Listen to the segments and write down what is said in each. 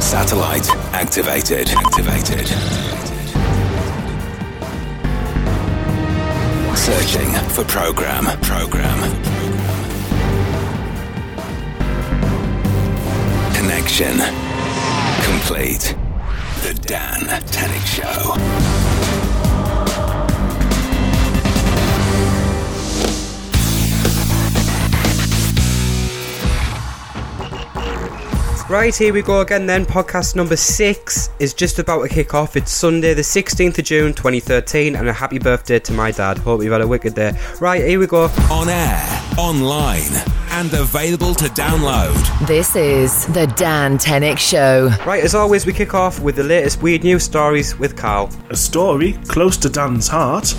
Satellite activated. Activated. Searching for program. Program. Connection complete. The Dan Tannick Show. Right, here we go again then. Podcast number six is just about to kick off. It's Sunday, the 16th of June 2013, and a happy birthday to my dad. Hope you've had a wicked day. Right, here we go. On air, online, and available to download. This is the Dan Tenick Show. Right, as always, we kick off with the latest weird news stories with Carl. A story close to Dan's heart.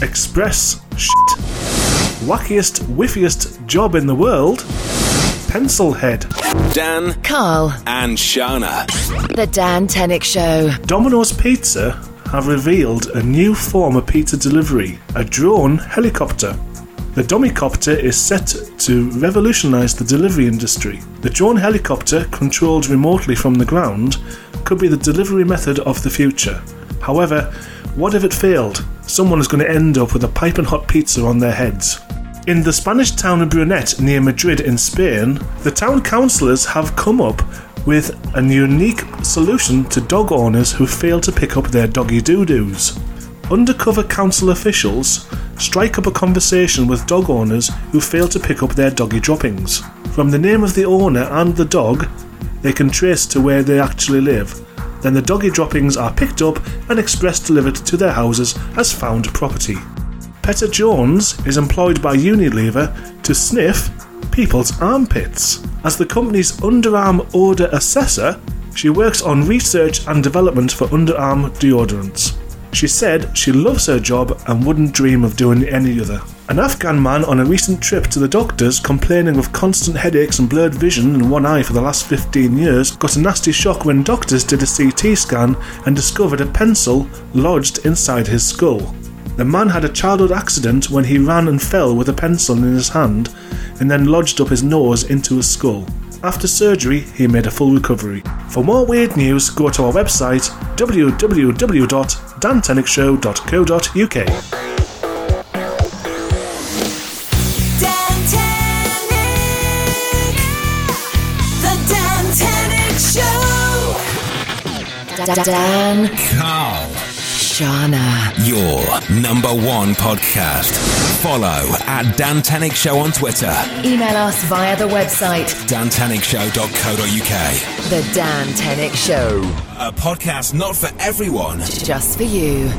Express shit. Wackiest, whiffiest job in the world. Pencil head. Dan Carl, and Shana. the Dan Tenick Show. Domino's Pizza have revealed a new form of pizza delivery a drone helicopter. The Domicopter is set to revolutionise the delivery industry. The drone helicopter, controlled remotely from the ground, could be the delivery method of the future. However, what if it failed? Someone is going to end up with a piping hot pizza on their heads. In the Spanish town of Brunet near Madrid in Spain, the town councillors have come up with a unique solution to dog owners who fail to pick up their doggy doo doos. Undercover council officials strike up a conversation with dog owners who fail to pick up their doggy droppings. From the name of the owner and the dog, they can trace to where they actually live. Then the doggy droppings are picked up and express delivered to their houses as found property. Petter Jones is employed by Unilever to sniff people's armpits. As the company's underarm odor assessor, she works on research and development for underarm deodorants. She said she loves her job and wouldn't dream of doing any other. An Afghan man on a recent trip to the doctors, complaining of constant headaches and blurred vision in one eye for the last 15 years, got a nasty shock when doctors did a CT scan and discovered a pencil lodged inside his skull. The man had a childhood accident when he ran and fell with a pencil in his hand and then lodged up his nose into his skull. After surgery, he made a full recovery. For more weird news, go to our website www.dantenickshow.co.uk. Dan Tenick. The Dan Tenick Show. Da- da- Dan, Carl. Shauna, Your number one podcast. Follow at Dan Tannick Show on Twitter, email us via the website dantannickshow.co.uk. The Dan Tenick Show, A podcast not for everyone. just for you.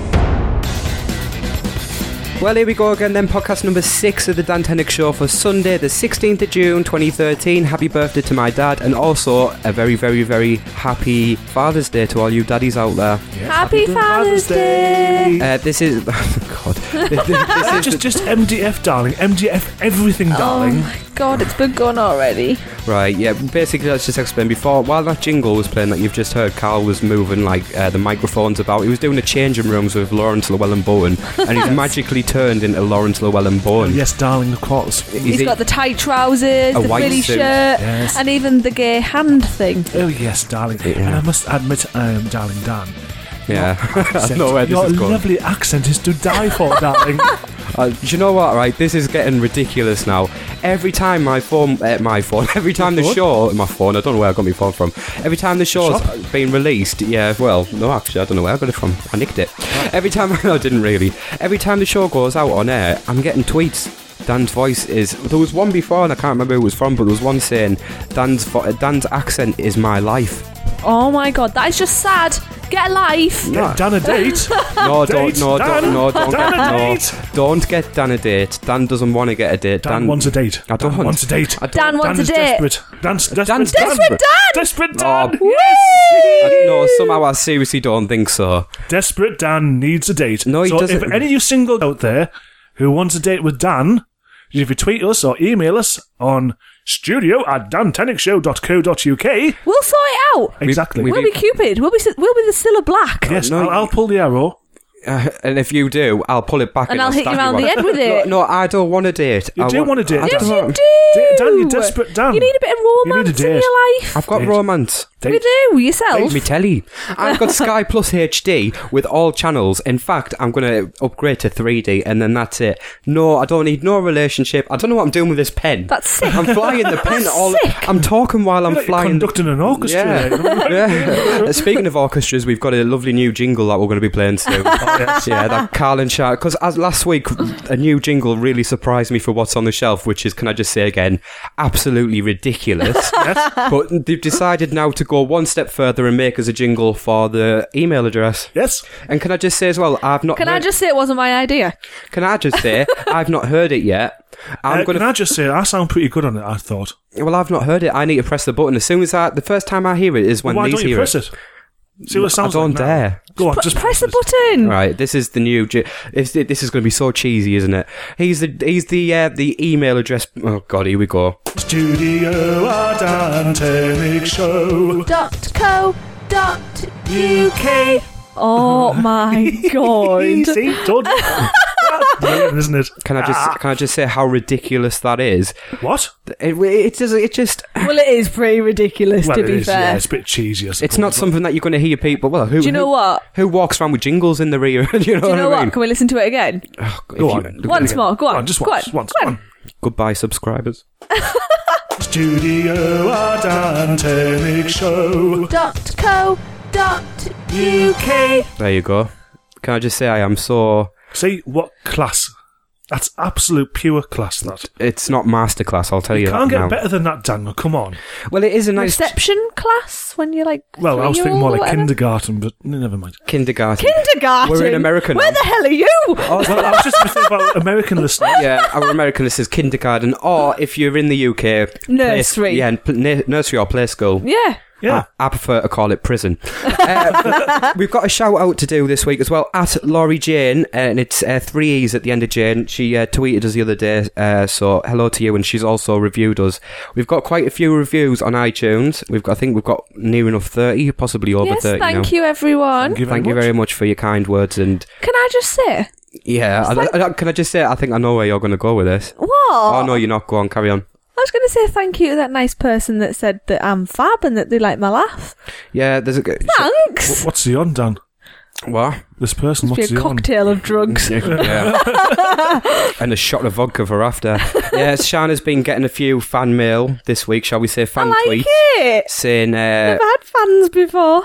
Well, here we go again then. Podcast number six of the Dan Tenick Show for Sunday, the 16th of June 2013. Happy birthday to my dad, and also a very, very, very happy Father's Day to all you daddies out there. Happy Father's Day! Uh, this is. God. This is Just, just MDF, darling. MDF everything, Oh darling. God, it's been gone already. Right, yeah, basically, let's just explain. Before, while that jingle was playing that you've just heard, Carl was moving, like, uh, the microphones about. He was doing the changing rooms with Lawrence Llewellyn Bowen, and he's magically turned into Lawrence Llewellyn Bowen. yes, darling, of course. Is He's it- got the tight trousers, A the white frilly suit. shirt, and even the gay hand thing. Oh, yes, darling. And I must admit, I am darling Dan. Yeah. I know Oh, where this Your is going. lovely accent is to die for, darling. Uh, do you know what? Right, this is getting ridiculous now. Every time my phone, uh, my phone, every time the phone? show, my phone. I don't know where I got my phone from. Every time the show's Shop? been released, yeah. Well, no, actually, I don't know where I got it from. I nicked it. Every time, no, I didn't really. Every time the show goes out on air, I'm getting tweets. Dan's voice is. There was one before, and I can't remember who it was from, but there was one saying, "Dan's vo- uh, Dan's accent is my life." Oh my god, that is just sad. Get a life! No, Dan a date. no, don't, Date, no, Dan, don't, no, don't Dan get, a no, date. don't get Dan a date. Dan doesn't want to get a date. Dan, wants a date. I don't. Dan wants a date. I don't- Dan wants Dan is a date. desperate. Dan's desperate. Dan's Dan. desperate. Desperate Oh. Dan. Yes. I- no, somehow I seriously don't think so. Desperate Dan needs a date. No, he so doesn't. If any of you single out there who wants a date with Dan, if you tweet us or email us on studio at dantenickshow.co.uk. We'll sort it out. Exactly. we- We'll be Cupid. We'll be si- we'll be the Scylla Black. yes, No, I'll, you- I'll pull the arrow. Uh, and if you do, I'll pull it back And and, I'll hit stab you around on the head with it. No, no, I don't want a date. You I do want a date, I Dan. Yes, don't- you Dan, do. you're desperate, Dan. You need a bit of You need a romance in date. your life. I've got Date. romance. They- We do, yourself. Me telly. I've got Sky Plus HD with all channels. In fact, I'm going to upgrade to 3D and then that's it. No, I don't need no relationship. I don't know what I'm doing with this pen. That's sick. I'm flying the pen That's all. sick. I'm talking while I'm You're like flying. conducting an orchestra. there. yeah. yeah. Uh, Speaking of orchestras, we've got a lovely new jingle that we're going to be playing soon. yes. Yeah, that Carl and Shark. Because as last week, a new jingle really surprised me for what's on the shelf, which is, can I just say again, absolutely ridiculous. But they've decided now to go one step further and make us a jingle for the email address. Yes. And can I just say as well, I've not. Can I heard- just say it wasn't my idea? Can I just say, I've not heard it yet. I'm Uh, gonna. Can I just say, I sound pretty good on it, I thought. well, I've not heard it. I need to press the button as soon as I. The first time I hear it is when Why these don't you hear press it? See what it I sounds don't like now. dare. Go on, Pr- just press the it. button. Right, this is the new. Ji- This this is going to be so cheesy, isn't it? He's the he's the uh, the email address. Oh God, here we go. Studio Adantenic Show. Dot co. Dot uk. Oh my god. Easy, done. That's brilliant, isn't it? Can I just can I just say how ridiculous that is? What? It it just it just well, it is pretty ridiculous well, to it be is, fair. yeah, it's a bit cheesy. I it's suppose, not but- something that you're going to hear people. Well, who Do you know who- what? Who walks around with jingles in their ear? you know Do you know what I mean? Oh, what? Can we listen to it again? If Go you- on. look- Once more. Go on. Go on, just Go once. on. Once. Go Go on. on. Goodbye, subscribers. Studio Adantenic Show. Dot co. Dot uk. There you go. Can I just say I am so. See, what class? That's absolute pure class, that. It's not masterclass. I'll tell you, that Can't get now. better than that, Daniel. Come on. Well, it is a nice Reception class when you're like. Well, I was thinking three-year-old more or like whatever. kindergarten, but never mind. kindergarten. Kindergarten. We're in America now. Where the hell are you? Well, I was just thinking about American listeners. yeah, our American list is kindergarten, or if you're in the UK, play- Nursery. yeah, and pl- n- nursery or play school. Yeah. Yeah. I, I prefer to call it prison. Uh, we've got a shout out to do this week as well at Laurie Jane, and it's uh, three E's at the end of Jane. She uh, tweeted us the other day, uh, so hello to you, and she's also reviewed us. We've got quite a few reviews on iTunes. We've got, I think we've got near enough 30, possibly over Yes. 30 now. Thank you, everyone. Thank you very Thank you much. very much for your kind words, and Can I just say yeah, I, I- I- can I just say, I think I know where you're going to go with this. what? Oh no, you're not. Go on, carry on. I was going to say thank you to that nice person that said that I'm fab and that they like my laugh. Yeah, there's a g- Thanks. What's he on, Dan? what? This person, Be what's a he on? cocktail of drugs. Yeah. and a shot of vodka for after. Yeah, Shana's been getting a few fan mail this week, shall we say, I fan like tweets. it. Saying, uh, I've had fans before.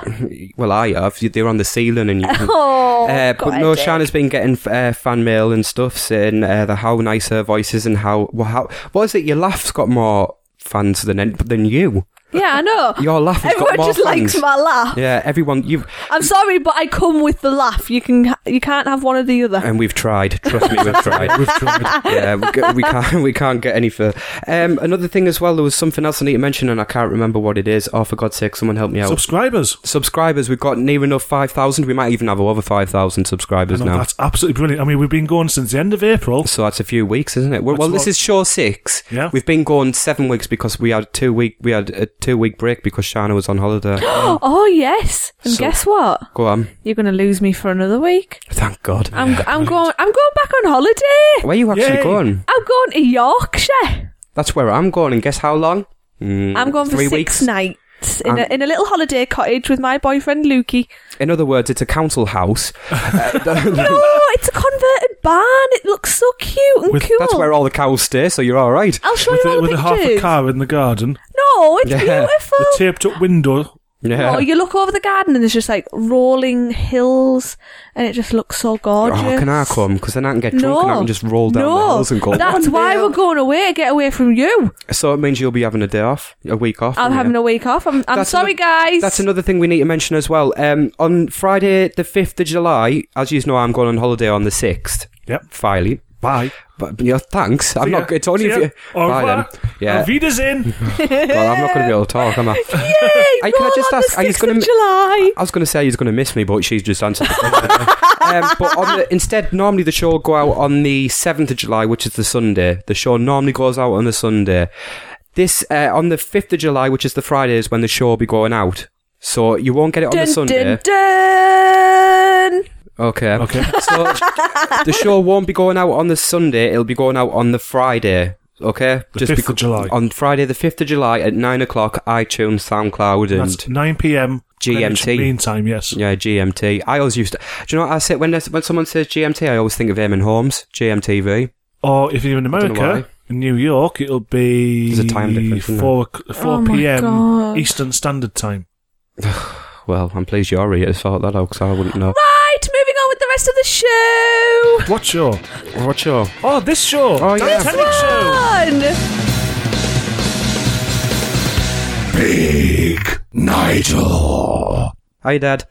well, I have. They're on the ceiling, and you. Can, Oh, uh, got but no, a dick. Shana's been getting uh, fan mail and stuff saying uh, the how nice her voice is and how well, how what is it? Your laugh's got more fans than than you. Yeah, I know. Your laugh has got Everyone more just likes fans. my laugh. Yeah, everyone you I'm sorry, but I come with the laugh. You can you can't have one or the other. and we've tried. Trust me, we've tried. We've tried. yeah, we, g- we can't we can't get any further. Um, another thing as well, there was something else I need to mention, and I can't remember what it is. Oh, for God's sake, someone help me out. Subscribers. subscribers, we've got near enough five thousand. We might even have over five thousand subscribers No, now. That's absolutely brilliant. I mean, we've been going since the end of April. so that's a few weeks, isn't it? Well, That's well this what- is show six. Yeah. we've been going seven weeks because we had two week we had a two week break because Shana was on holiday. oh yes, and So- guess what? Go on, You're going to lose me for another week. thank God. I'm I'm going I'm going back on holiday. Where are you actually Yay. going? I'm going to Yorkshire. That's where I'm going, and guess how long? Mm, I'm going for three six weeks. nights in a, Um, in a little holiday cottage with my boyfriend Lukey. In other words, it's a council house. Oh, it's a converted barn. It looks so cute and With- cool. That's where all the cows stay, so you're all right. I'll show With, you a, all the with a pictures. half a car in the garden, No, it's Yeah. beautiful. Oh. the taped up window. Yeah. Oh, you look over the garden and there's just like rolling hills, and it just looks so gorgeous. Oh, can I come? Because then I can get drunk No, and I can just roll down no. the hills and go. That's why we're going away. Get away from you. So it means you'll be having a day off, a week off. I'm yeah. having a week off. I'm, I'm That's sorry, ano- guys. That's another thing we need to mention as well. Um, on Friday, the fifth of July, as you know, I'm going on holiday on the sixth. Yep. Finally. Bye. But yeah, thanks. I'm See not. ya. It's only See if ya. you. Au Bye then. revoir. Yeah. Auf Wiedersehen. Well, I'm not going to be able to talk. am I? Yay! I- Roll can I just on ask, The are you 6th gonna of m- July? I was going to say he's going to miss me, but she's just answered. The question. um, but on the, instead, normally the show will go out on the seventh of July, which is the Sunday. The show normally goes out on a Sunday. This uh, on the fifth of July, which is the Friday, is when the show will be going out. So you won't get it on the Dun, Sunday. dun, dun. Okay. Okay. So the show won't be going out on the Sunday. It'll be going out on the Friday. Okay, The 5th of becau- July. on Friday the fifth of July at nine o'clock, iTunes, SoundCloud, and That's 9 p.m. GMT. Greenwich Mean Time, yes. yeah, GMT. I always used to. Do you know what I say when there's- when someone says GMT? I always think of Eamon Holmes, GMTV. Or if you're in don't know America, why. in New York, it'll be There's a time difference, isn't 4, o'clock- 4 Oh my p.m. God. Eastern Standard Time. Well, I'm pleased you already thought that out because I wouldn't know. Right, moving on with the rest of the show. What show? What's your? Oh, this show! Oh, yeah. Titanic show! Fun. Hi, Dad.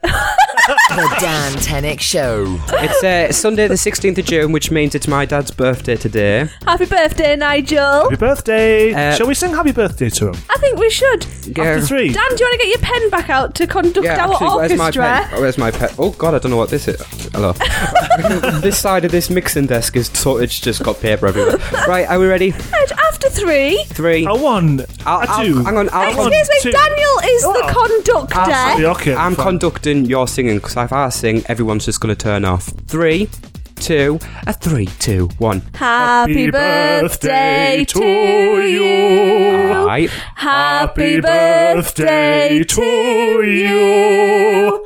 The Dan Tenick Show. It's uh, Sunday the 16th of June, which means it's my dad's birthday today. Happy birthday, Nigel. Happy birthday! Uh, Shall we sing happy birthday to him? I think we should. Yeah. After three. Dan, do you want to get your pen back out to conduct Yeah, our actually, where's my pen? orchestra? Oh, where's my pen? Oh God, I don't know what this is. Hello. this side of this mixing desk is so it's just got paper everywhere. Right, are we ready? Right, after three. Three. A one, I'll- a 2 I'll- hang on, I'll- One, Excuse me, two- Daniel is the conductor. Yeah, okay, I'm fine. conducting your singing because if I sing, everyone's just going to turn off. Three, two, a three, two, one. Happy birthday to you. Right. Happy birthday to you.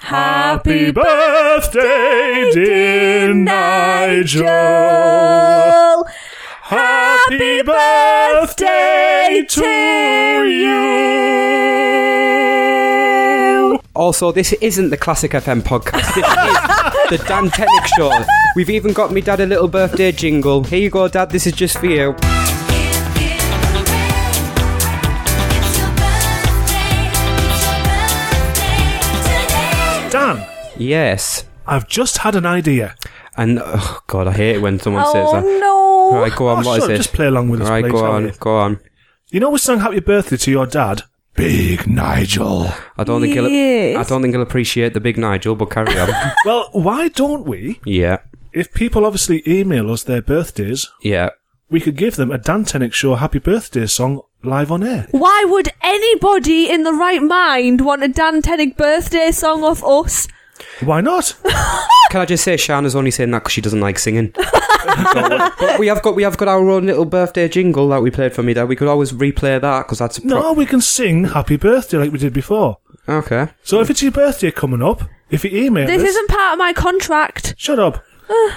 Happy Happy birthday, dear birthday, Nigel. Nigel. Happy birthday to you. Also, this isn't the Classic FM podcast. This is the Dan Tenick Show. We've even got me dad a little birthday jingle. Here you go, Dad. This is just for you. Dan, Yes. I've just had an idea. And oh god, I hate it when someone says that. Oh no. Right, go on. Oh, What is shut up, it? just play along with us, Right, please, go shall on, you? go on. You know we sang happy birthday to your dad? Big Nigel. I don't think Yes. he'll. I don't think he'll appreciate the big Nigel, but carry on. well, why don't we? yeah, If people obviously email us their birthdays, yeah. we could give them a Dan Tenick Show happy birthday song live on air. Why would anybody in the right mind want a Dan Tenick birthday song off us? Why not? Can I just say, Shana's only saying that because she doesn't like singing. but we have got we have got our own little birthday jingle that we played for me. Dad. we could always replay that because that's a No, pro- we can sing happy birthday like we did before. okay. So if it's your birthday coming up, if you email This us, isn't part of my contract. shut up.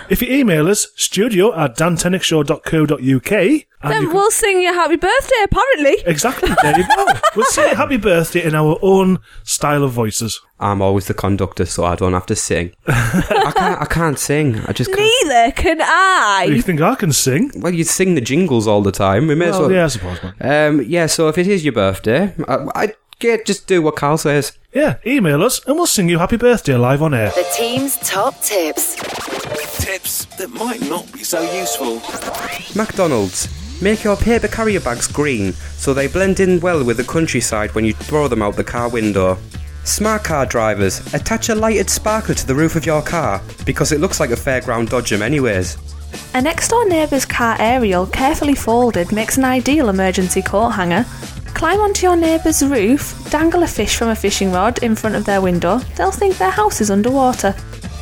if you email us, studio at dantenickshow.co.uk. And Then you can- we'll sing your happy birthday, apparently. exactly, there you go. we'll say happy birthday in our own style of voices. I'm always the conductor, so I don't have to sing. I can't. I can't sing. I just can't. Neither can You I. think I can sing? Well, you sing the jingles all the time. We may as Well, well. yeah, I suppose. Man. Um, yeah, so if it is your birthday, I, I yeah, just do what Carl says. Yeah, email us and we'll sing you happy birthday live on air. The team's top tips. Tips that might not be so useful. McDonald's. Make your paper carrier bags green so they blend in well with the countryside when you throw them out the car window. Smart car drivers, attach a lighted sparkler to the roof of your car because it looks like a fairground dodgem, anyways. A next door neighbour's car aerial, carefully folded, makes an ideal emergency coat hanger. Climb onto your neighbour's roof, dangle a fish from a fishing rod in front of their window, they'll think their house is underwater.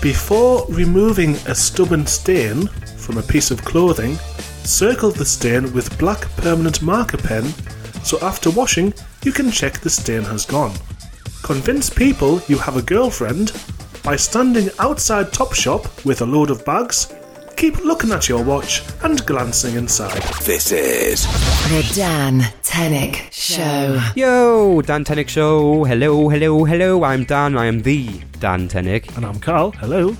Before removing a stubborn stain from a piece of clothing, circle the stain with black permanent marker pen so after washing you can check the stain has gone. Convince people you have a girlfriend by standing outside Topshop with a load of bags, keep looking at your watch and glancing inside. This is The Dan Tenick Show. Yo, Dan Tenick Show. Hello, hello, hello. I'm Dan. I am the Dan Tenick. And I'm Carl, hello.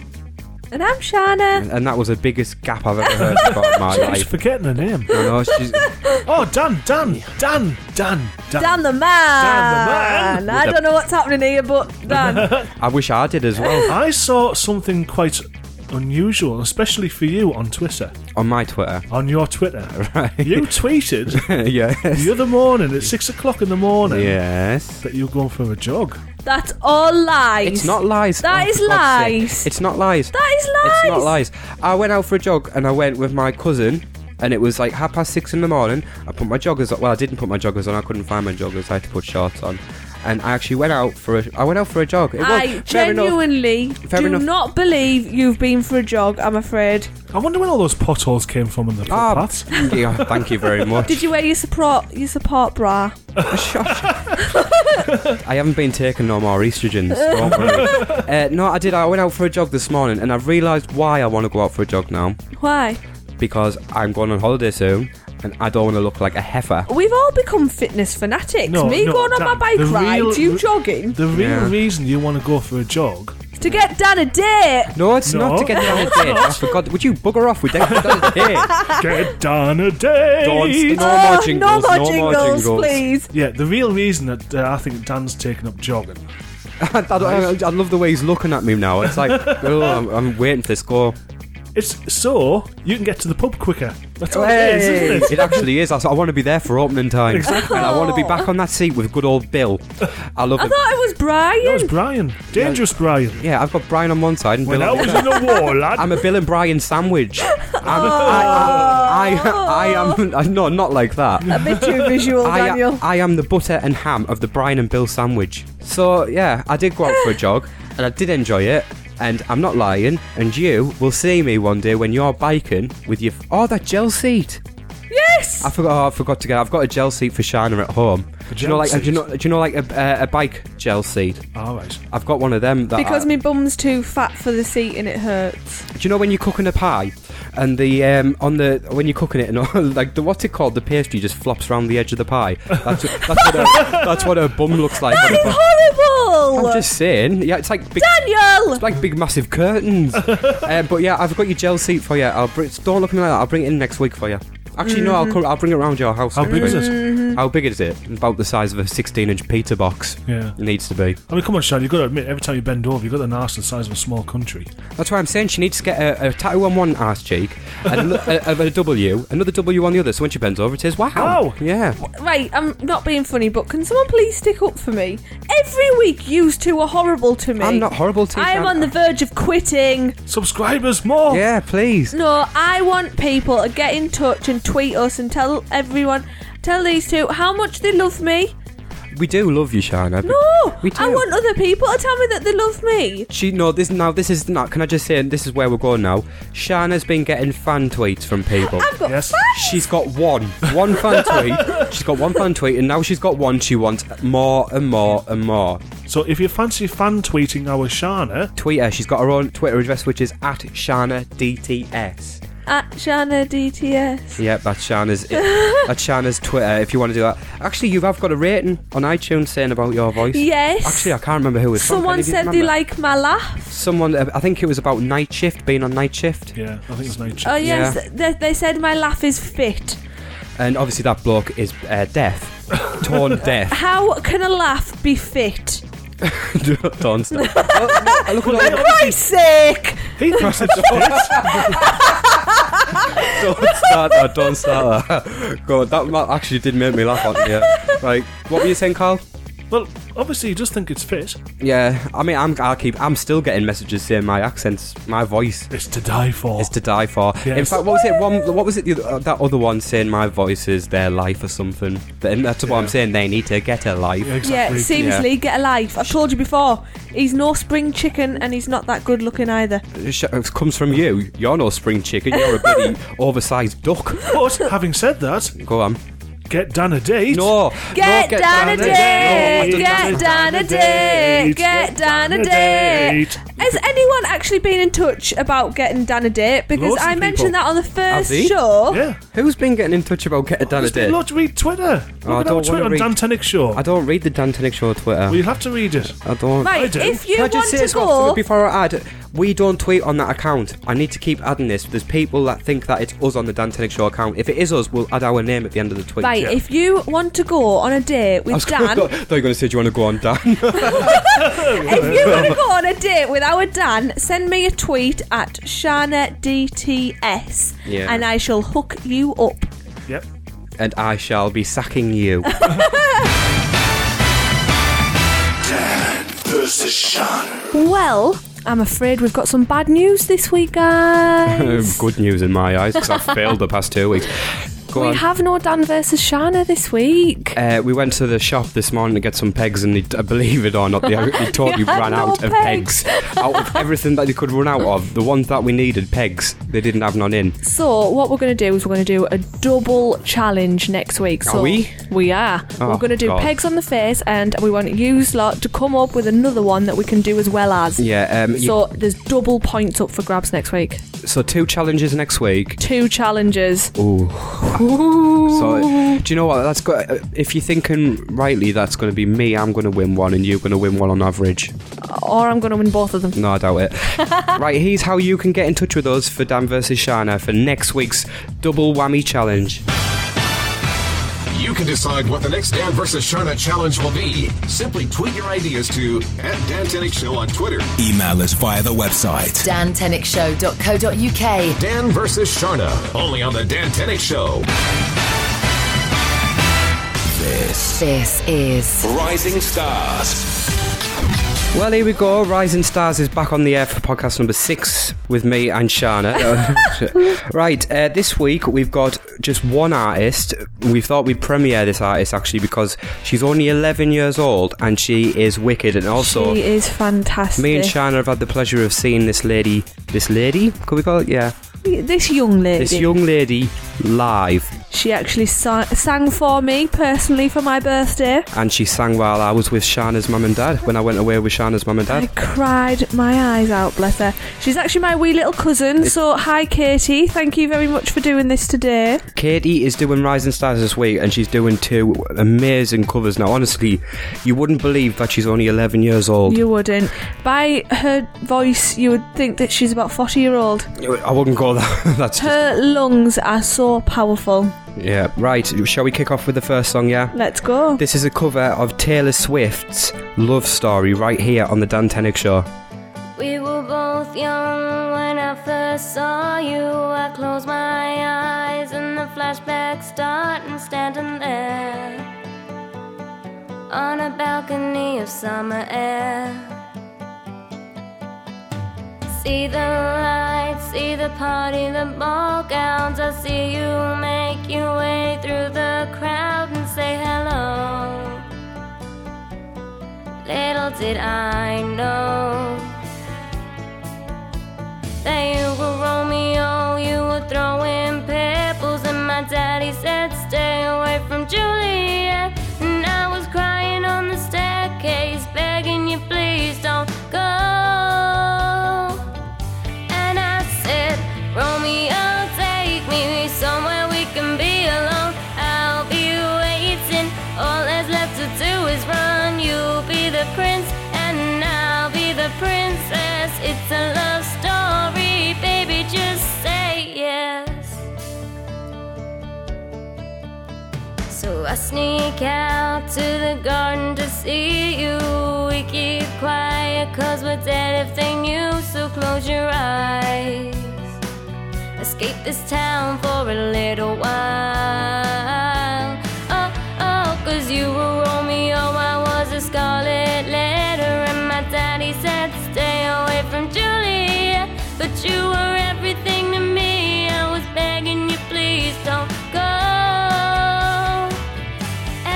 And I'm Shana. And that was the biggest gap I've ever heard about in my Just life. forgetting her name. I know, she's- Oh, Dan, Dan, Dan, Dan, Dan. Dan the man. Dan the man. I don't know what's happening here, but Dan. I wish I did as well. I saw something quite unusual, especially for you on Twitter. On my Twitter. on your Twitter. Right. You tweeted yes. the other morning at six o'clock in the morning Yes. that you're going for a jog. That's all lies. It's not lies. Oh, That is for God's sake. lies. It's not lies. That is It's not lies. lies. I went out for a jog and I went with my cousin. And it was like half past six in the morning. I put my joggers on. Well, I didn't put my joggers on. I couldn't find my joggers. I had to put shorts on. and I actually went out for a I went out for a jog. It was I fair enough. genuinely Fair do enough. not believe you've been for a jog, I'm afraid. I wonder where all those potholes came from on the Ah, footpaths. yeah, thank you very much. Did you wear your support your support bra? I haven't been taking no more estrogens. Don't worry. uh, no, I did. I went out for a jog this morning, and I've realised why I want to go out for a jog now Why? because I'm going on holiday soon, and I don't want to look like a heifer. We've all become fitness fanatics. No, Me no, going on my Dan, bike the ride, real- you jogging. The real Yeah. reason you want to go for a jog To get Dan a date. No, it's No. not to get down a date. I forgot. Would you bugger off? We don't get down a date. Get down a day. Don't- no Oh, more jingles. no more jingles, jingles. please. Yeah, the real reason that uh, I think Dan's taken up jogging. I, I- I love the way he's looking at me now. It's like, oh, I'm, I'm waiting for this call. It's so you can get to the pub quicker. That's all it is, Hey! isn't it? It actually is. I, s- I want to be there for opening time. Exactly. And I want to be back on that seat with good old Bill. I love I him. thought it was Brian. That was Brian. Dangerous Brian. yeah, I've got Brian on one side and When Bill I on the was other. in the war, lad. I'm a Bill and Brian sandwich. I'm, I, I, I, I am no, not like that. a bit too visual, Oh, Daniel. I, I am the butter and ham of the Brian and Bill sandwich. So yeah, I did go out for a jog, and I did enjoy it. And I'm not lying. And you will see me one day when you're biking with your oh that gel seat. yes. I forgot. Oh, I forgot to get. I've got a gel seat for Shana at home. Do you know gel like? Do you seat? know? Do you know like a, a, a bike gel seat? All right. I've got one of them. That because I- my bum's too fat for the seat and it hurts. Do you know when you're cooking a pie, and the um on the when you're cooking it and all, like the what's it called? The pastry just flops around the edge of the pie. That's what, that's what her, that's what her bum looks like. on a pie. Horrible. I'm just saying. Yeah, it's like big, Daniel. it's like big massive curtains. uh, but yeah, I've got your gel seat for you. I'll bring. Don't look at me like that. I'll bring it in next week for you. Actually, no. I'll Mm-hmm. co- I'll bring it around your house. How next big is week. it? How big is it? About the size of a 16-inch pizza box. Yeah. It needs to be. I mean, come on, Sean. You've got to admit, every time you bend over, you've got the arse the size of a small country. That's why I'm saying she needs to get a, a tattoo on one ass cheek, and a, of a W, another W on the other. So when she bends over, it says, "Wow, Wow. yeah." Right, I'm not being funny, but can someone please stick up for me? Every week, you two are horrible to me. I'm not horrible to you, I am Shan. on the verge of quitting. Subscribers Oh. more. Yeah, please. No, I want people to get in touch and tweet us and tell everyone, tell these two how much they love me. We do love you, Shana. No, we do. I want other people to tell me that they love me. She no, this now. This is not. Can I just say? and This is where we're going now. Shana's been getting fan tweets from people. I've got Yes. fans. She's got one, one fan tweet. She's got one fan tweet, and now she's got one. She wants more and more and more. So if you fancy fan tweeting our Shana, Tweet her. She's got her own Twitter address, which is at Shana DTS. At Shana DTS. Yeah, that's Shana's. that's Shana's Twitter. If you want to do that, actually, you have got a rating on iTunes saying about your voice. Yes. Actually, I can't remember who it was. from. Can Someone you said they remember? like my laugh. Someone, uh, I think it was about night shift, being on night shift, yeah, I think it's nature. Oh yes, Yeah. they, they said my laugh is fit. and obviously that bloke is uh, deaf, torn deaf. How can a laugh be fit? Torn stuff. Oh, no, look at all Christ's sake! He thinks it's fit. don't start that. Don't start that. God, that ma- actually did make me laugh. On yeah. Like, what were you saying, Carl? Well, obviously he does think it's fit. Yeah, I mean, I'm. I keep. I'm still getting messages saying my accents, my voice. It's to die for. is to die for. In Yes. fact, what was it? One, what was it? The, other- uh, that other one saying my voice is their life or something. And that's what I'm saying. They need to get a life. Yeah, Yeah, exactly. seriously, get a life. I've told you before, he's no spring chicken and he's not that good looking either. Sh- It comes from you. You're no spring chicken. You're a bloody oversized duck. But having said that, Go on. get Dan a date. No. Get, no, get down, a down date! No, Get down a date, date! Get down a date! Has anyone actually been in touch about getting down a date? Because Loads of I mentioned people. that on the first Have they? show. Yeah. Who's been getting in touch about get down a Just be date? allowed to read Twitter. Oh, I Look at don't our Twitter wanna on read- Dan Tenick Show. I don't read the Dan Tenick Show on Twitter. Well, you'll have to read it. I don't. I Right, do. if you Can I want just say to as well, go, so before I add, we don't tweet on that account. I need to keep adding this. There's people that think that it's us on the Dan Tenick Show account. If it is us, we'll add our name at the end of the tweet. right, if you want to go on a date I with was gonna Dan, go- I thought you were going to say, do you want to go on, Dan? if you want to go on a date with our Dan, send me a tweet at ShanaDTS Yeah. and I shall hook you up. Yep. and I shall be sacking you. Well, I'm afraid we've got some bad news this week, guys. Good news in my eyes, because I've failed the past two weeks. Go we on. have no Dan versus Shana this week. Uh, we went to the shop this morning to get some pegs, and they, uh, believe it or not, they, they totally had ran no out of pegs. pegs. out of everything that they could run out of, the ones that we needed, pegs, they didn't have none in. So what we're going to do is we're going to do a double challenge next week. So Are we? We are. Oh, we're going to do God. pegs on the face, and we want you lot to come up with another one that we can do as well as. Yeah, um, you- So there's double points up for grabs next week. So two challenges next week. Two challenges. So uh, do you know what? That's good. If you're thinking rightly, that's going to be me. I'm going to win one, and you're going to win one on average. Or I'm going to win both of them. No, I doubt it. right, here's how you can get in touch with us for Dan versus Shana for next week's double whammy challenge. You can decide what the next Dan versus Shauna challenge will be. Simply tweet your ideas to at Dan Tenick Show on Twitter. Email us via the website. dantenickshow.co.uk. Dan versus Shauna, only on the Dan Tenick Show. This is Rising Stars. Well, here we go. Rising Stars is back on the air for podcast number six with me and Shana. right, uh, this week we've got just one artist. We thought we'd premiere this artist actually because she's only 11 years old and she is wicked. And also, she is fantastic. me and Shana have had the pleasure of seeing this lady. This lady? Could we call it? Yeah. this young lady. This young lady live. She actually sa- sang for me personally for my birthday. And she sang while I was with Shana's mum and dad when I went away with Shana's mum and I dad. cried my eyes out, bless her. She's actually my wee little cousin. So, hi, Katie. Thank you very much for doing this today. Katie is doing Rising Stars this week, and she's doing two amazing covers. Now, honestly, you wouldn't believe that she's only 11 years old. You wouldn't. By her voice, you would think that she's about 40 year old. I wouldn't call that. That's just, Her lungs are so powerful. yeah. Right. Shall we kick off with the first song? Yeah. Let's go. This is a cover of Taylor Swift's "Love Story" right here on the Dan Tenick Show. We were both young when I first saw you. I close my eyes and the flashbacks start and standing there on a balcony of summer air. See the lights, see the party, the ball gowns. I see you make your way through the crowd and say hello. Little did I know that you were Romeo, you were throwing pebbles, and my daddy said, Stay away from Juliet. And I was crying on the staircase, begging you, please don't go. And I said, Romeo, take me somewhere we can be alone. I'll be waiting. All that's left to do is run. You'll be the prince, and I'll be the princess. It's a love story, baby. Just say yes. So I sneak out to the garden to see you. We keep quiet, cause we're dead if they knew. So close your eyes. Escape this town for a little while. Oh, oh, cause you were Romeo, I was a scarlet letter. And my daddy said, stay away from Julia. But you were everything to me. I was begging you, please don't go.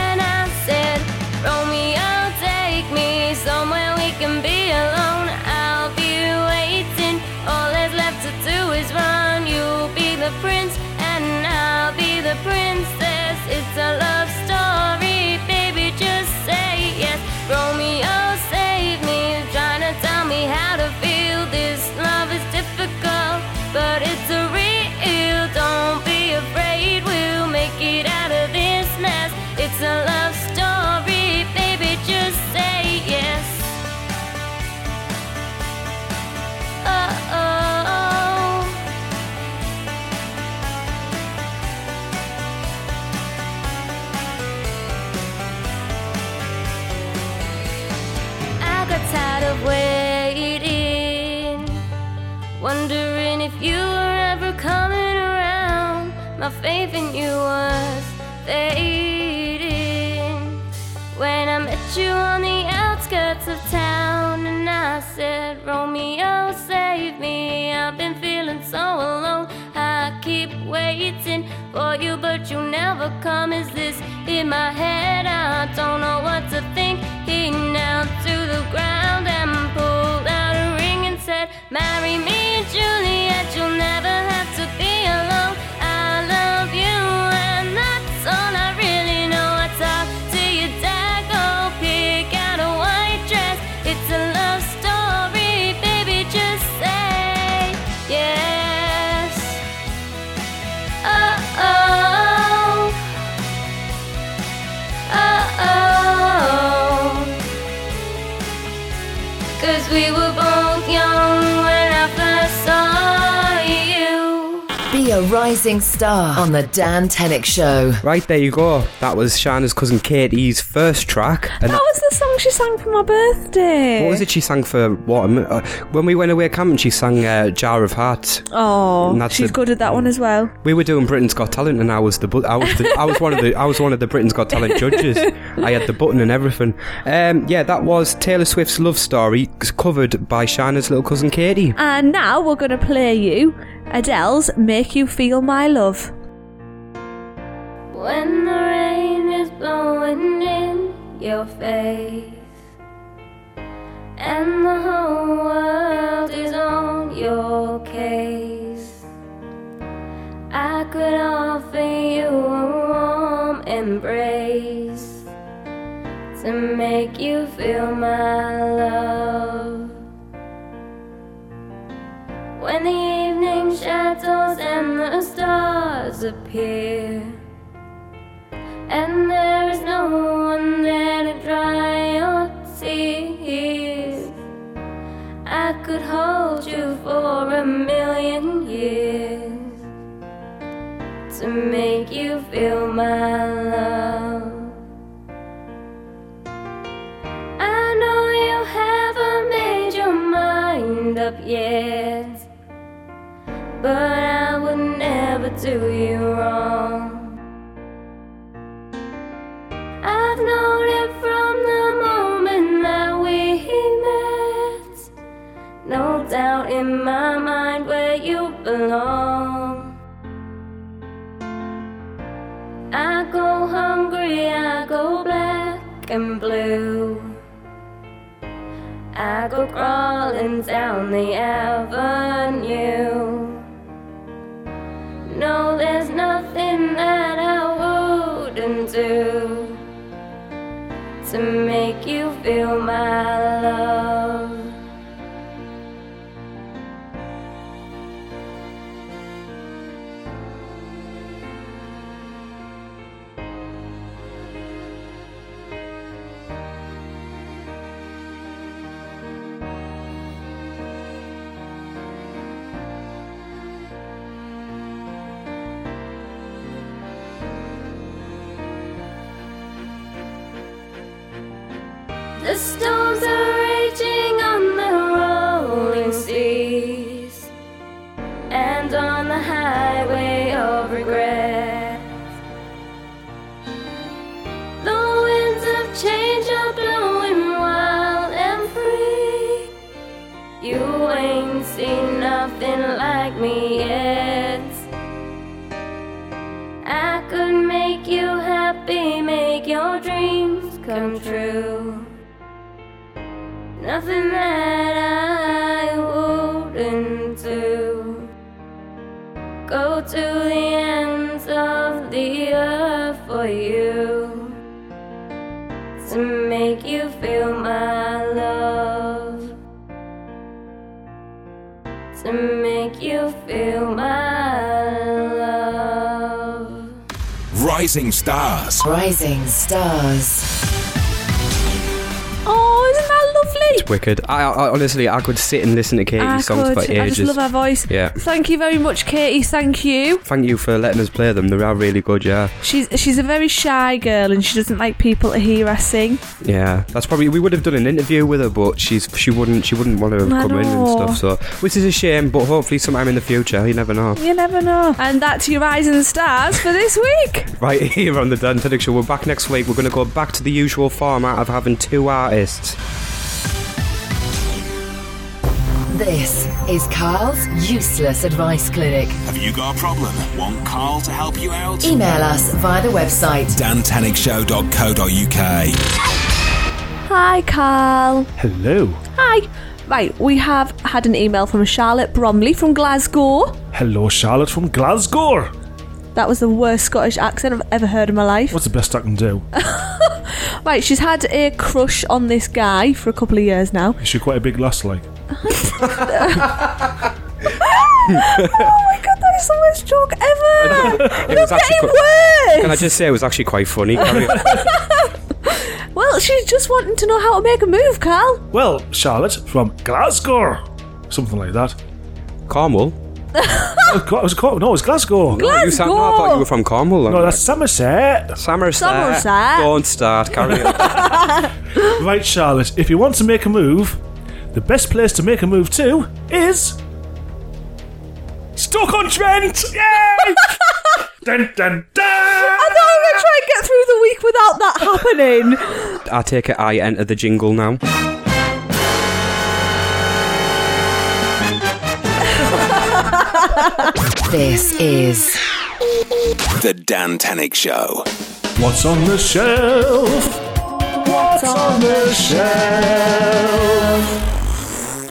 And I said, Romeo, take me somewhere we can be alone. I'll be waiting. All that's left to do is run. You'll be the prince, and I'll be the princess. It's a love story, baby. Just say yes. Romeo, save me. Trying to tell me how to feel. This love is difficult, but it's a real. Don't be afraid. We'll make it out of this mess. It's a love story, baby. Just say yes. Oh, oh. I got tired of waiting, wondering if you were ever coming around. My faith in you was fading when I met you on the outskirts of town. And I said, Romeo, save me. I've been feeling so alone. I keep waiting for you, but you never come. Is this in my head? I don't know what to think. He knelt to the ground and pulled out a ring and said, Marry me, Juliet. You'll never have to be alone. I love you, and that's all I really know. I talk to your dad, go pick out a white dress. It's a love story, baby. Just say yes. Oh oh oh oh. 'Cause we were both young when I first saw you. Be a rising star on the Dan Tenick Show. Right, there you go. That was Shana's cousin Katie's first track. And That was the song she sang for my birthday. what was it she sang for Waterman? Uh, when we went away camping, she sang uh, Jar of Hearts. And Oh, that's she's it. good at that one as well. We were doing Britain's Got Talent, and I was the bu- I was the, I was one of the I was one of the Britain's Got Talent judges. I had the button and everything. Um, yeah, that was Taylor Swift's love story c- covered by Shana's little cousin Katie. And now we're going to play you Adele's Make You Feel My Love. When the rain is blowing in your face, and the whole world is on your case, I could offer you a warm embrace to make you feel my love. When the evening shadows and the stars appear. And there is no one there to dry your tears. I could hold you for a million years to make you feel my love. I know you haven't made your mind up yet, but I would never do you wrong. I've known it from the moment that we met. No doubt in my mind where you belong. I go hungry, I go black and blue. I go crawling down the avenue. No, there's nothing that I wouldn't do to make you feel my love. The storms are raging on the rolling seas and on the highway of regret. The winds of change are blowing wild and free. You ain't seen nothing like me yet. I could make you happy, make your dreams come true. Nothing that I wouldn't do. Go to the ends of the earth for you to make you feel my love. To make you feel my love. Rising stars. Rising stars. Oh, isn't that lovely? Wicked. I, I honestly I could sit and listen to Katie's I songs could. for ages. I just love her voice. Yeah. Thank you very much, Katie. Thank you. Thank you for letting us play them. They are really good. Yeah, She's she's a very shy girl and she doesn't like people to hear her sing. yeah. That's probably we would have done an interview with her, but she's she wouldn't she wouldn't want to have I come in and know. stuff. So which is a shame, but hopefully sometime in the future, you never know. You never know. And that's your eyes and stars for this week. Right here on the Dan Teddick Show, we're back next week. We're going to go back to the usual format of having two artists. This is Carl's Useless Advice Clinic. Have you got a problem? Want Carl to help you out? Email us via the website. DanTanicShow.co.uk. Hi, Carl. Hello. Hi. Right, we have had an email from Charlotte Bromley from Glasgow. Hello, Charlotte from Glasgow. That was the worst Scottish accent I've ever heard in my life. What's the best I can do? Right, she's had a crush on this guy for a couple of years now. Is she quite a big lass, like? Oh my god, that is the worst joke ever! It was actually Getting quite- worse! Can I just say it was actually quite funny? Carry on. Well, she's just wanting to know how to make a move, Carl. Well, Charlotte from Glasgow. Something like that. Cornwall. Oh, Gla- was it Cor- no, it was Glasgow. You sound, no, I thought you were from Cornwall. No, that's Somerset. Somerset. Somerset. Don't start. Carry on. Right, Charlotte, if you want to make a move, the best place to make a move to is. Stoke on Trent! Yay! dun dun dun! I thought we were going to try and get through the week without that happening. I take it I enter the jingle now. This is The Dan Tenick Show. What's on the shelf? What's on the shelf?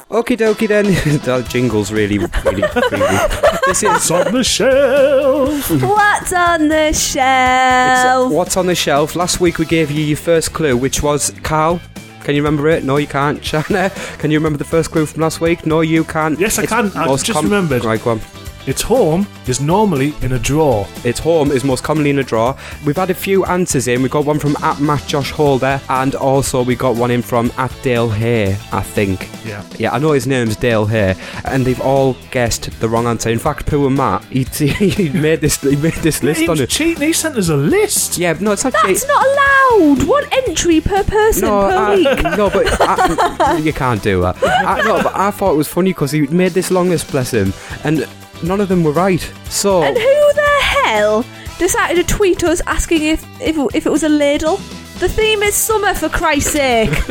Okie dokie then. that jingle's really, really, really. This is. What's on the shelf? What's on the shelf? What's on the shelf? Last week we gave you your first clue, which was Carl. Can you remember it? No, you can't. Shanna, can you remember the first clue from last week? No, you can't. Yes, I can. I've most just remembered. Right, go on. Its home is normally in a drawer. It's home is most commonly in a draw. We've had a few answers in. We got one from at Matt Josh Holder, and also we got one in from at Dale Hay, I think. Yeah. Yeah, I know his name's Dale Hay, and they've all guessed the wrong answer. In fact, poor Matt, he, he made this he made this list he on was it. cheating. He sent us a list. Yeah, no, it's actually That's not allowed. One entry per person no, per I- week. no, but I, you can't do that. I, no, but I thought it was funny because he made this long list, bless him, and none of them were right. So And who the hell decided to tweet us asking if if, if it was a ladle? The theme is summer, for Christ's sake.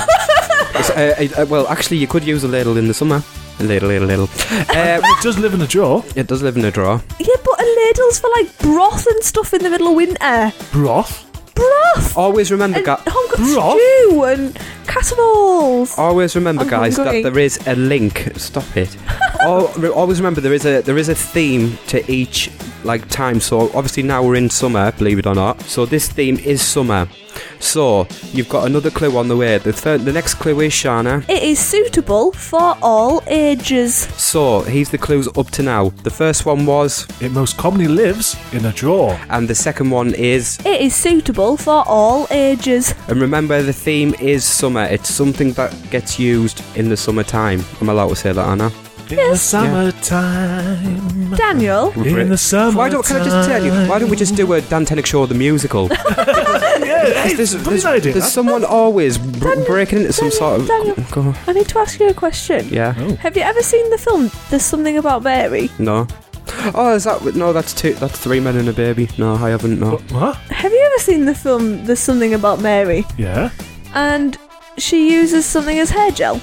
Uh, uh, well, actually, you could use a ladle in the summer. A ladle, ladle, ladle. Uh, It does live in a drawer. it does live in a drawer. yeah, but a ladle's for like broth and stuff in the middle of winter. Broth. Broth. Always remember, and guys. home-cooked Broth? stew and casseroles. Always remember, I'm guys, that hungry. there is a link. Stop it. Al- re- Always remember there is a there is a theme to each like time. So obviously now we're in summer, believe it or not. So this theme is summer. So you've got another clue on the way. The third, the next clue is Shana. It is suitable for all ages. So here's the clues up to now. The first one was, It most commonly lives in a drawer. and the second one is. It is suitable for all ages. And remember, the theme is summer. It's something that gets used in the summertime. I'm allowed to say that, Anna. In the summertime. Daniel, In the summertime. Why don't? Can I just tell you? Why don't we just do a Dan Tenick Show the musical? Yeah, hey, There's, brilliant there's, idea. there's someone always br- breaking into some sort of. Daniel, Go on. I need to ask you a question. Yeah. Oh. Have you ever seen the film There's Something About Mary? No. Oh, is that? No, that's two. That's three men and a baby. No, I haven't. No. Huh? Have you ever seen the film There's Something About Mary? Yeah. And she uses something as hair gel.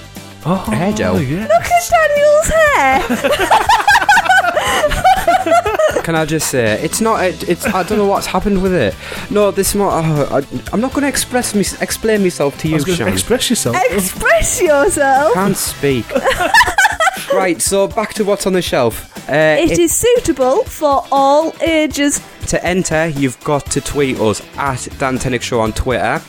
Oh, hair gel. Yeah. Look at Daniel's hair! Can I just say it's not? It, it's. I don't know what's happened with it. No, this. Mo- oh, I, I'm not going to express me. Explain myself to I you, was going to Shan. express yourself. Express yourself! Can't speak. right, so back to what's on the shelf. Uh, It it- is suitable for all ages. To enter, you've got to tweet us at Dan Tenick Show on Twitter.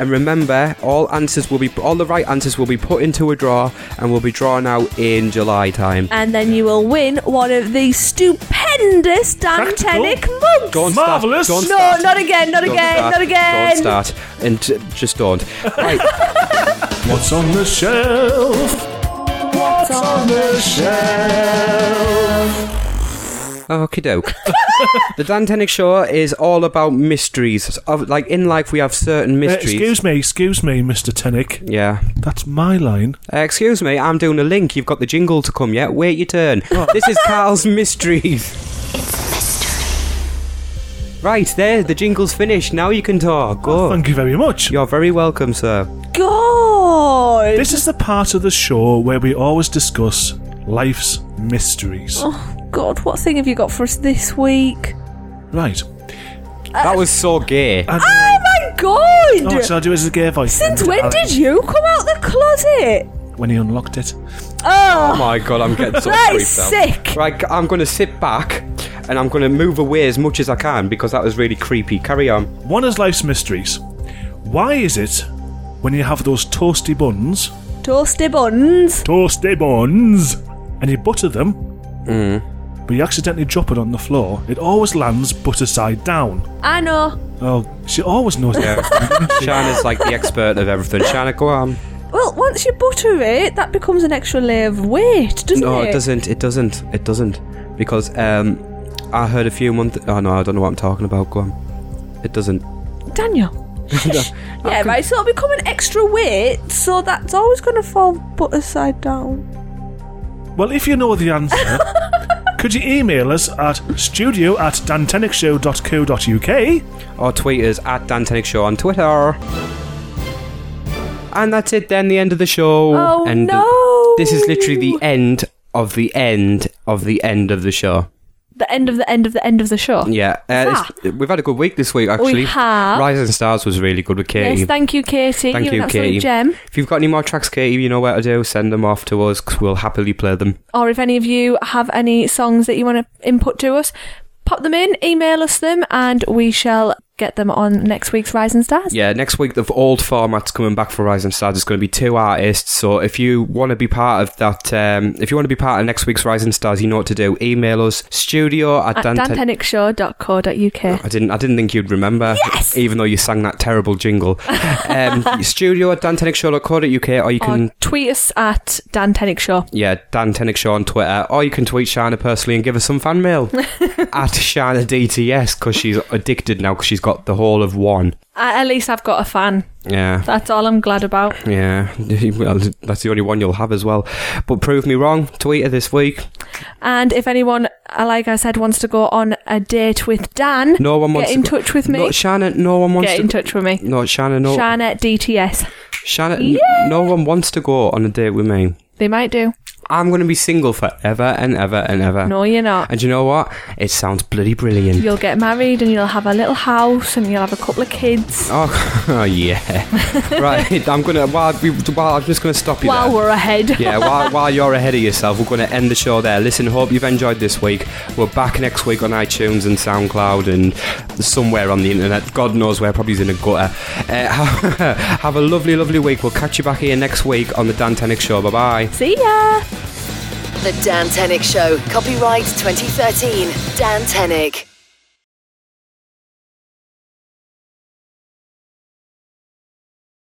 And remember, all answers will be all the right answers will be put into a draw and will be drawn out in July time. And then you will win one of these stupendous Dan Practical. Tenick mugs! Don't Marvellous. Start, don't No, start. not again, not Don't again, start, not again. Don't start. And t- just don't. Right, What's on the shelf? What's on the shelf? Okie doke. the Dan Tenick Show is all about mysteries. Of, like in life, we have certain Uh, mysteries. excuse me, excuse me, Mr. Tennick. Yeah. That's my line. Uh, excuse me, I'm doing a link. You've got the jingle to come yet. Wait your turn. This is Carl's Mysteries. Right, there, the jingle's finished. Now Oh, you can talk. Go. Thank you very much. You're very welcome, sir. Go! on. This is the part of the show where we always discuss life's mysteries. Oh, God, what thing have you got for us this week? Right. That was so gay. I- Oh, my God! oh, shall I do it as a gay voice? Uh, Since when did you come out the closet? When he unlocked it. Oh my god, I'm getting so That creeped is out. sick. Right, I'm going to sit back and I'm going to move away as much as I can because that was really creepy. Carry on. One is life's mysteries. Why is it when you have those toasty buns, Toasty buns. toasty buns, and you butter them, but you accidentally drop it on the floor, it always lands butter side down? I know. Oh, she always knows that. Shana's like the expert of everything. Shana, go on. Well, once you butter it, that becomes an extra layer of weight, doesn't No, it? it doesn't. It doesn't. It doesn't. Because um, I heard a few months. Oh no, I don't know what I'm talking about. Go on. It doesn't. Daniel. yeah, right. So it'll become an extra weight, so that's always going to fall butter side down. Well, if you know the answer, could you email us at studio at dantenicshow.co.uk? Or tweet us at Dan Tenick Show on Twitter. And that's it then, the end of the show. Oh, and no. This is literally the end of the end of the end of the show. The end of the end of the end of the show. Ah, Yeah, uh, it's- we've had a good week this week actually. have. Rising Stars was really good with Katie. Yes, thank you, Katie. Thank You're you, an absolute Katie. gem. If you've got any more tracks, Katie, you know where to do. Send them off to us 'cause we'll happily play them. Or if any of you have any songs that you want to input to us, pop them in, email us them, and we shall get them on next week's Rising Stars. Yeah, next week the old format's coming back for Rising Stars. It's going to be two artists. So if you want to be part of that, um, if you want to be part of next week's Rising Stars, you know what to do. Email us studio at, At Dan- dantennickshow.co.uk. I didn't. I didn't think you'd remember. Even though you sang that terrible jingle. um, studio at dantenickshow.co.uk or you can Or tweet us at Dan Tenick Show. yeah, Dan Tenick Show on Twitter, or you can tweet Shana personally and give us some fan mail at Shana DTS because she's addicted now because she's got the whole of one. At least I've got a fan. Yeah, That's all I'm glad about. yeah. well, that's the only one you'll have as well. But prove me wrong. Tweet her this week. And if anyone, uh, like I said, wants to go on a date with Dan, No one wants get in to go- touch with me. No, Shana. No one wants get to. in touch with me. No, Shana. No, Shana. Shana DTS. n- no one wants to go on a date with me. They might do. I'm going to be single forever and ever and ever. No, you're not. And you know what? It sounds bloody brilliant. You'll get married and you'll have a little house and you'll have a couple of kids. Oh, oh, yeah. right, I'm gonna. While, we, while I'm just gonna stop you. While there. we're ahead. yeah, while, while you're ahead of yourself, we're going to end the show there. Listen, hope you've enjoyed this week. We're back next week on iTunes and SoundCloud and somewhere on the internet. God knows where, probably in a gutter. Uh, have, have a lovely, lovely week. We'll catch you back here next week on The Dan Tenick Show. Bye bye. See ya. The Dan Tenick Show. Copyright 2013. Dan Tenick.